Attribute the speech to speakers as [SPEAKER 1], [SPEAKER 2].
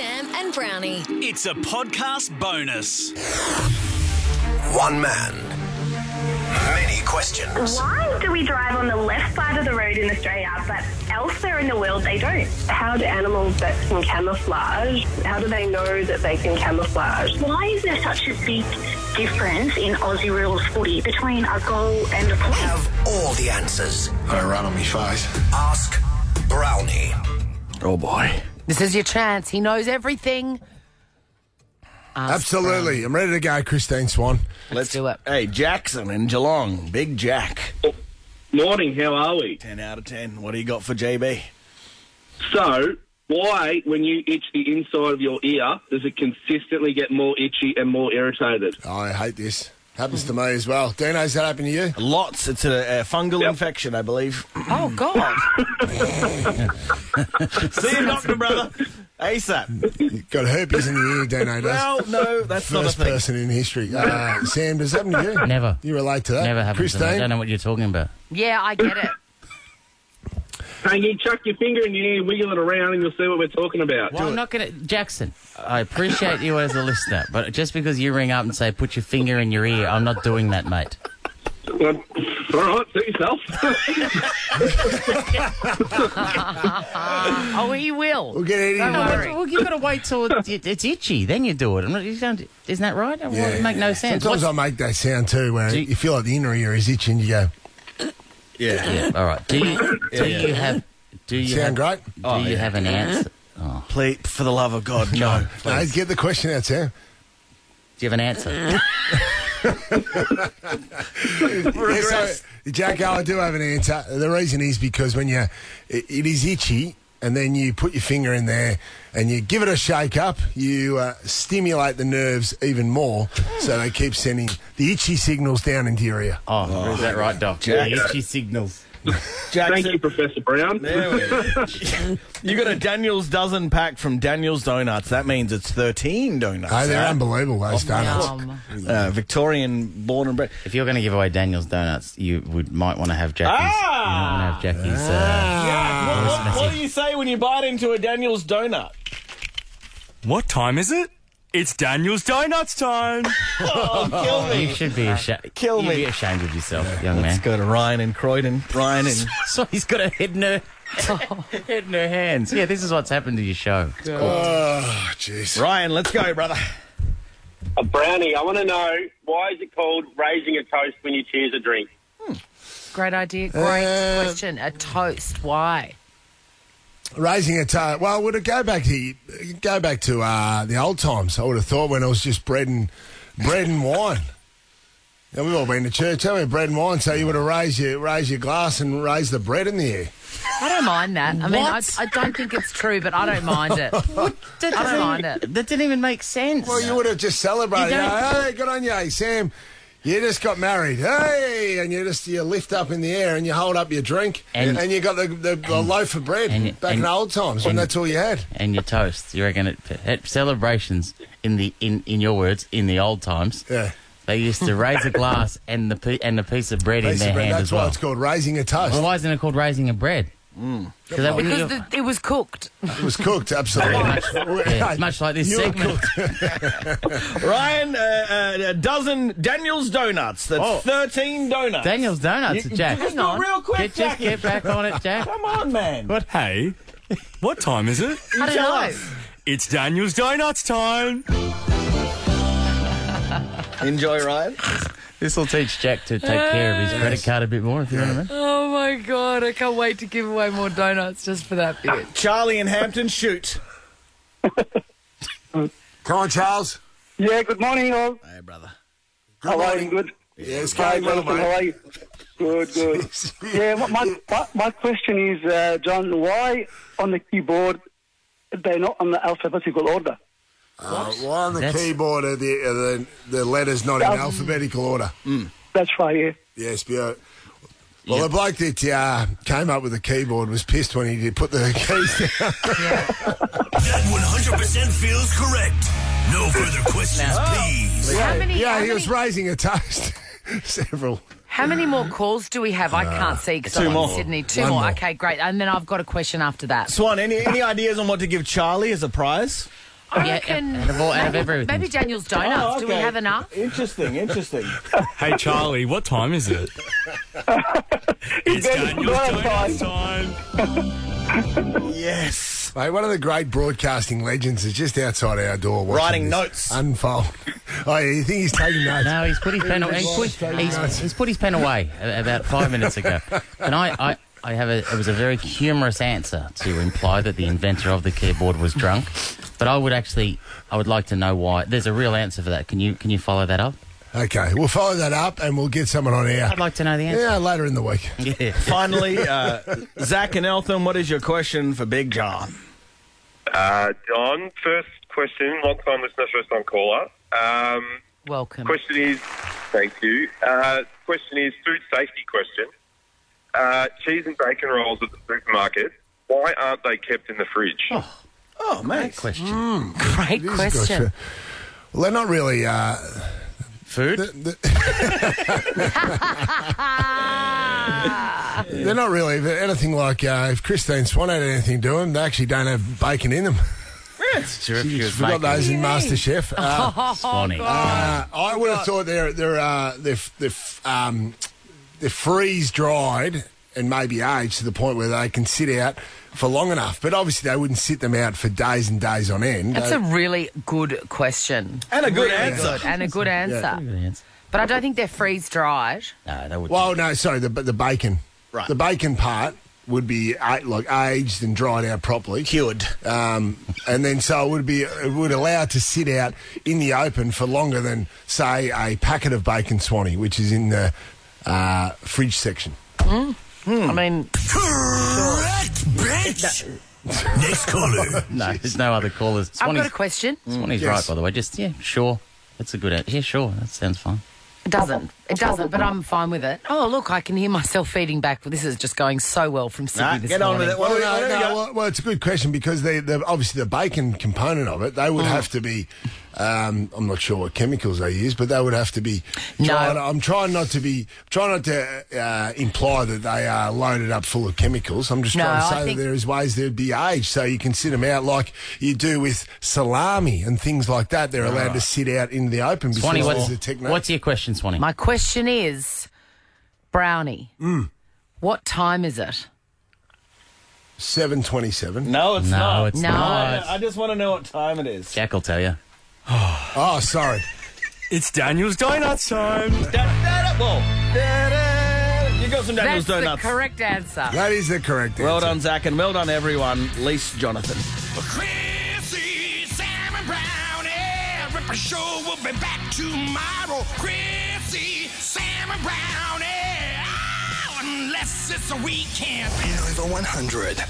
[SPEAKER 1] and Brownie.
[SPEAKER 2] It's a podcast bonus.
[SPEAKER 3] One man, many questions.
[SPEAKER 4] Why do we drive on the left side of the road in Australia, but elsewhere in the world they don't?
[SPEAKER 5] How do animals that can camouflage, how do they know that they can camouflage?
[SPEAKER 6] Why is there such a big difference in Aussie rules footy between a goal and a point?
[SPEAKER 3] Have all the answers.
[SPEAKER 7] I ran on my face.
[SPEAKER 3] Ask Brownie.
[SPEAKER 8] Oh boy.
[SPEAKER 9] This is your chance. He knows everything. Ask
[SPEAKER 10] Absolutely. I'm ready to go, Christine Swan.
[SPEAKER 8] Let's
[SPEAKER 9] do it.
[SPEAKER 8] Hey, Jackson in Geelong. Big Jack.
[SPEAKER 11] Morning, how are we?
[SPEAKER 8] 10 out of 10. What do you got for JB?
[SPEAKER 11] So, why, when you itch the inside of your ear, does it consistently get more itchy and more irritated?
[SPEAKER 10] I hate this. Happens to me as well. Dino, does that happen to you?
[SPEAKER 8] Lots. It's a, a fungal infection, I believe.
[SPEAKER 9] Brownie. Oh, God.
[SPEAKER 8] See you, doctor, brother. ASAP.
[SPEAKER 10] You got herpes in your ear, Dino does.
[SPEAKER 8] Well, no, that's not a
[SPEAKER 10] First
[SPEAKER 8] thing.
[SPEAKER 10] person in history. Uh, Sam, does that happen to you?
[SPEAKER 12] Never.
[SPEAKER 10] You relate to that?
[SPEAKER 12] Never happened to me.
[SPEAKER 10] Christine?
[SPEAKER 12] I don't know what you're talking about.
[SPEAKER 9] yeah, I get it.
[SPEAKER 11] Can you chuck your finger in your ear, wiggle it around, and you'll see what we're talking about.
[SPEAKER 12] Well, I'm not going to. Jackson, I appreciate you as a listener, but just because you ring up and say, put your finger in your ear, I'm not doing that, mate.
[SPEAKER 11] Well, um, all right, suit yourself.
[SPEAKER 9] Oh, he will.
[SPEAKER 10] We'll get Eddie.
[SPEAKER 8] Uh-huh.
[SPEAKER 9] Don't
[SPEAKER 10] involved.
[SPEAKER 9] worry.
[SPEAKER 12] Well, you've got to wait till it, it, it's itchy, then you do it. I'm not, you don't, isn't that right? Well, it make no sense.
[SPEAKER 10] Sometimes
[SPEAKER 12] What's-
[SPEAKER 10] I make that sound too, where
[SPEAKER 12] Do
[SPEAKER 10] you,
[SPEAKER 12] you-
[SPEAKER 10] feel like the inner ear is itching. You go,
[SPEAKER 8] Yeah.
[SPEAKER 12] yeah, all right. Do you, do
[SPEAKER 8] Yeah.
[SPEAKER 12] you have. Do you
[SPEAKER 10] sound
[SPEAKER 12] have,
[SPEAKER 10] great?
[SPEAKER 12] Do you have an answer? Oh,
[SPEAKER 8] Please, for the love of God, no.
[SPEAKER 10] No, get the question out, Sam.
[SPEAKER 12] do you have an answer?
[SPEAKER 10] Yeah, so, Jacko, I do have an answer. The reason is because when you, it, it is itchy, and then you put your finger in there and you give it a shake up, you uh, stimulate the nerves even more, so they keep sending the itchy signals down into your ear.
[SPEAKER 12] Oh, is that right, Doc?
[SPEAKER 8] Jack.
[SPEAKER 12] The itchy signals.
[SPEAKER 8] Jackson.
[SPEAKER 11] Thank you, Professor Brown.
[SPEAKER 8] There we go. you got a Daniel's dozen pack from Daniel's Donuts. That means it's 13 donuts.
[SPEAKER 10] Oh, they're
[SPEAKER 8] huh?
[SPEAKER 10] unbelievable, those donuts.
[SPEAKER 9] Yum.
[SPEAKER 8] Uh, Victorian born and bred.
[SPEAKER 12] If you're going to give away Daniel's donuts, you would might want to have Jackie's.
[SPEAKER 8] Ah!
[SPEAKER 12] You might want to have Jackie's. Uh,
[SPEAKER 8] what, what- what do you say when you bite into a Daniel's donut?
[SPEAKER 2] What time is it? It's Daniel's Donuts time.
[SPEAKER 8] Oh, Kill
[SPEAKER 12] You
[SPEAKER 8] me.
[SPEAKER 12] should be ashamed.
[SPEAKER 8] Kill
[SPEAKER 12] You'd
[SPEAKER 8] me.
[SPEAKER 12] be ashamed of yourself, young
[SPEAKER 8] Let's
[SPEAKER 12] man.
[SPEAKER 8] go to Ryan and Croydon. Ryan and
[SPEAKER 12] So he's got a head in her head in her hands. Yeah, this is what's happened to your show.
[SPEAKER 10] Oh, jeez.
[SPEAKER 8] Ryan. Let's go, brother.
[SPEAKER 11] A brownie, I want to know why is it called raising a toast when you cheers a drink?
[SPEAKER 9] Great idea. Great
[SPEAKER 10] Uh,
[SPEAKER 9] question. A toast. Why?
[SPEAKER 10] Raising a toast. Well, would it go back to go back to uh, the old times? I would have thought when it was just bread and bread and wine. And we've all been to church, haven't we? Bread and wine. So you would have raised your raised your glass and raised the bread in the air.
[SPEAKER 9] I don't mind that. I mean, I,
[SPEAKER 12] What?
[SPEAKER 9] I don't think it's true, but I don't mind it.
[SPEAKER 12] That
[SPEAKER 9] I don't
[SPEAKER 12] doesn't
[SPEAKER 9] mind
[SPEAKER 12] even-
[SPEAKER 9] it.
[SPEAKER 12] That didn't even make sense.
[SPEAKER 10] Well, you would have just celebrated.
[SPEAKER 12] You don't-
[SPEAKER 10] Oh, hey, good on you, hey, Sam. You just got married, hey, and you just you lift up in the air and you hold up your drink and,
[SPEAKER 12] And-
[SPEAKER 10] you got the, the, the loaf of bread
[SPEAKER 12] and-
[SPEAKER 10] back in
[SPEAKER 12] and-
[SPEAKER 10] old times when
[SPEAKER 12] and-
[SPEAKER 10] that's all you had.
[SPEAKER 12] and your toast. You reckon it, at celebrations in the in, in your words in the old times?
[SPEAKER 10] Yeah.
[SPEAKER 12] They used to raise a glass and the pi- and a piece of bread in
[SPEAKER 10] Piece
[SPEAKER 12] their
[SPEAKER 10] of bread.
[SPEAKER 12] hand
[SPEAKER 10] That's
[SPEAKER 12] as
[SPEAKER 10] why
[SPEAKER 12] well.
[SPEAKER 10] it's Mm. called raising a toast.
[SPEAKER 12] Well, why isn't it called raising a bread? Because they wouldn't
[SPEAKER 9] Because
[SPEAKER 12] give-
[SPEAKER 9] the, it was cooked.
[SPEAKER 10] It was cooked, absolutely.
[SPEAKER 12] yeah, it's much like this
[SPEAKER 10] You were
[SPEAKER 12] segment.
[SPEAKER 8] Ryan, uh, uh, a dozen Daniel's donuts. That's
[SPEAKER 12] Oh.
[SPEAKER 8] 13 donuts.
[SPEAKER 12] Daniel's donuts,
[SPEAKER 8] You-
[SPEAKER 12] Jack.
[SPEAKER 8] just go real quick,
[SPEAKER 12] Get- just
[SPEAKER 8] Jackie.
[SPEAKER 12] get back on it, Jack.
[SPEAKER 8] Come on, man.
[SPEAKER 12] What?
[SPEAKER 2] Hey, what time is it?
[SPEAKER 9] I don't
[SPEAKER 8] tell
[SPEAKER 9] know.
[SPEAKER 8] us.
[SPEAKER 2] It's Daniel's Donuts time.
[SPEAKER 8] Enjoy, Ryan.
[SPEAKER 12] This will teach Jack to take care of his credit card a bit more, if you know what I mean.
[SPEAKER 9] Oh my god! I can't wait to give away more donuts just for that bit.
[SPEAKER 8] Charlie and Hampton, shoot.
[SPEAKER 10] Come on, Charles.
[SPEAKER 11] Yeah, good morning, all.
[SPEAKER 8] Hey, brother.
[SPEAKER 10] Good
[SPEAKER 11] Hello,
[SPEAKER 10] morning.
[SPEAKER 11] good.
[SPEAKER 10] Yeah, it's going well,
[SPEAKER 11] How
[SPEAKER 10] mate.
[SPEAKER 11] are you? Good, good. yeah, my, my, my- my question is, uh, John, why on the keyboard they're not on the alphabetical order?
[SPEAKER 10] Uh, why on the
[SPEAKER 12] That's-
[SPEAKER 10] keyboard are the, are the, the letters not in
[SPEAKER 11] Um,
[SPEAKER 10] alphabetical order?
[SPEAKER 11] That's right, yeah.
[SPEAKER 10] Yes, yeah. Well, the bloke that uh, came up with the keyboard was pissed when he did put the keys down.
[SPEAKER 3] That 100% feels correct. No further questions, please.
[SPEAKER 9] How many? how
[SPEAKER 10] yeah, he
[SPEAKER 9] many-
[SPEAKER 10] was raising a toast. Several.
[SPEAKER 9] How many more calls do we have? I
[SPEAKER 8] Ah.
[SPEAKER 9] can't see because
[SPEAKER 8] two
[SPEAKER 9] I'm
[SPEAKER 8] more.
[SPEAKER 9] in Sydney. Two
[SPEAKER 10] One
[SPEAKER 9] more.
[SPEAKER 10] more.
[SPEAKER 9] Okay, great. And then I've got a question after that.
[SPEAKER 8] Swan, any, any ideas on what to give Charlie as a prize?
[SPEAKER 9] I reckon.
[SPEAKER 12] out of all- out of
[SPEAKER 9] maybe-
[SPEAKER 12] everything.
[SPEAKER 9] Maybe Daniel's donuts.
[SPEAKER 8] Oh,
[SPEAKER 9] Do we
[SPEAKER 8] okay.
[SPEAKER 9] have enough?
[SPEAKER 8] Interesting, interesting.
[SPEAKER 2] Hey, Charlie, what time is it? it's Daniel's Donuts time.
[SPEAKER 8] yes.
[SPEAKER 10] Mate, one of the great broadcasting legends is just outside our door watching
[SPEAKER 8] Writing
[SPEAKER 10] this
[SPEAKER 8] notes.
[SPEAKER 10] unfold. Oh, yeah, you think he's taking notes?
[SPEAKER 12] No, he's put his pen. away. He's put, he's, he's put his pen away a- about five minutes ago. And I, I, I have a. It was a very humorous answer to imply that the inventor of the keyboard was drunk. But I would actually, I would like to know why. There's a real answer for that. Can you can you follow that up?
[SPEAKER 10] Okay, we'll follow that up and we'll get someone on air.
[SPEAKER 12] I'd like to know the answer.
[SPEAKER 10] Yeah, later in the week.
[SPEAKER 12] Yeah.
[SPEAKER 8] Finally, uh, Zach and Eltham, what is your question for Big John?
[SPEAKER 1] Uh, John, first question, long time listener, first time caller. Um,
[SPEAKER 9] Welcome.
[SPEAKER 1] question is, thank you. Uh, question is food safety question. Uh, cheese and bacon rolls at the supermarket. Why aren't they kept in the fridge?
[SPEAKER 8] Oh, mate.
[SPEAKER 12] Question.
[SPEAKER 9] Great
[SPEAKER 10] This is
[SPEAKER 9] question.
[SPEAKER 10] gotcha. Well, they're not really. Uh,
[SPEAKER 12] Food.
[SPEAKER 10] They're not really but anything like uh, if Christine Swan had anything to them, they actually don't have bacon in them.
[SPEAKER 12] Sure, if you was
[SPEAKER 10] Forgot
[SPEAKER 12] making
[SPEAKER 10] those in MasterChef. Uh,
[SPEAKER 9] Oh,
[SPEAKER 12] spawning.
[SPEAKER 10] Uh, I would have thought they're they're uh, they're f- they're, f- um, they're freeze dried and maybe aged to the point where they can sit out for long enough. But obviously, they wouldn't sit them out for days and days on end.
[SPEAKER 9] That's
[SPEAKER 10] They-
[SPEAKER 9] a really good question.
[SPEAKER 8] And a good
[SPEAKER 9] Really
[SPEAKER 8] answer.
[SPEAKER 9] good, and a good answer.
[SPEAKER 12] Good answer.
[SPEAKER 9] But I don't think they're freeze dried.
[SPEAKER 12] No, that would.
[SPEAKER 10] well, no, sorry, the but the bacon,
[SPEAKER 8] Right.
[SPEAKER 10] The bacon part would be uh, like aged and dried out properly.
[SPEAKER 8] Cured.
[SPEAKER 10] Um, and then so it would be it would allow it to sit out in the open for longer than say a packet of bacon swanee, which is in the uh, fridge section.
[SPEAKER 8] Hmm.
[SPEAKER 9] I mean,
[SPEAKER 3] Correct, bitch! Next caller.
[SPEAKER 12] no, there's no other callers.
[SPEAKER 9] I've got
[SPEAKER 12] Swanee's-
[SPEAKER 9] a question.
[SPEAKER 12] Swanee's
[SPEAKER 10] Yes.
[SPEAKER 12] right, by the way. Just yeah, sure. That's a good answer. Yeah, sure. That sounds fine.
[SPEAKER 9] It doesn't. It doesn't, but I'm fine with it. Oh, look, I can hear myself feeding back. This is just going so well from Sydney
[SPEAKER 8] Nah,
[SPEAKER 9] this
[SPEAKER 8] get on
[SPEAKER 9] morning.
[SPEAKER 8] with it. What
[SPEAKER 10] Well,
[SPEAKER 8] do we-
[SPEAKER 10] no,
[SPEAKER 8] what do we
[SPEAKER 10] no,
[SPEAKER 8] got?
[SPEAKER 10] well, well, it's a good question because they, the obviously the bacon component of it, they
[SPEAKER 9] Mm.
[SPEAKER 10] would have to be. Um, I'm not sure what chemicals they use, but they would have to be.
[SPEAKER 9] No.
[SPEAKER 10] tried- I'm trying not to be trying not to uh, imply that they are loaded up full of chemicals. I'm just
[SPEAKER 9] No,
[SPEAKER 10] trying to
[SPEAKER 9] I
[SPEAKER 10] say
[SPEAKER 9] think-
[SPEAKER 10] that there is ways they'd be aged, so you can sit them out like you do with salami and things like that. They're allowed
[SPEAKER 9] Ah.
[SPEAKER 10] to sit out in the open because
[SPEAKER 12] Swanee,
[SPEAKER 10] there's
[SPEAKER 12] what's,
[SPEAKER 10] a techno-
[SPEAKER 12] what's your question, Swanee?
[SPEAKER 9] My question is, Brownie,
[SPEAKER 8] Mm.
[SPEAKER 9] what time is it?
[SPEAKER 10] 727.
[SPEAKER 8] No, it's
[SPEAKER 12] No,
[SPEAKER 8] not.
[SPEAKER 12] it's
[SPEAKER 9] No.
[SPEAKER 12] not.
[SPEAKER 8] I just want to know what time it is.
[SPEAKER 12] Jack will tell you.
[SPEAKER 10] Oh, sorry.
[SPEAKER 2] It's Daniel's Donuts time.
[SPEAKER 8] Da, da, da, well, da, da. You got some Daniel's
[SPEAKER 9] That's
[SPEAKER 8] donuts.
[SPEAKER 9] the correct answer.
[SPEAKER 10] That is the correct answer.
[SPEAKER 8] well done, Zach, and well done, everyone. Least Jonathan.
[SPEAKER 3] Chrissy, Sam, and Brownie. Ripper Show will be back tomorrow. Chrissy, Sam, and Brownie. Oh, unless it's a weekend. Hanover 100.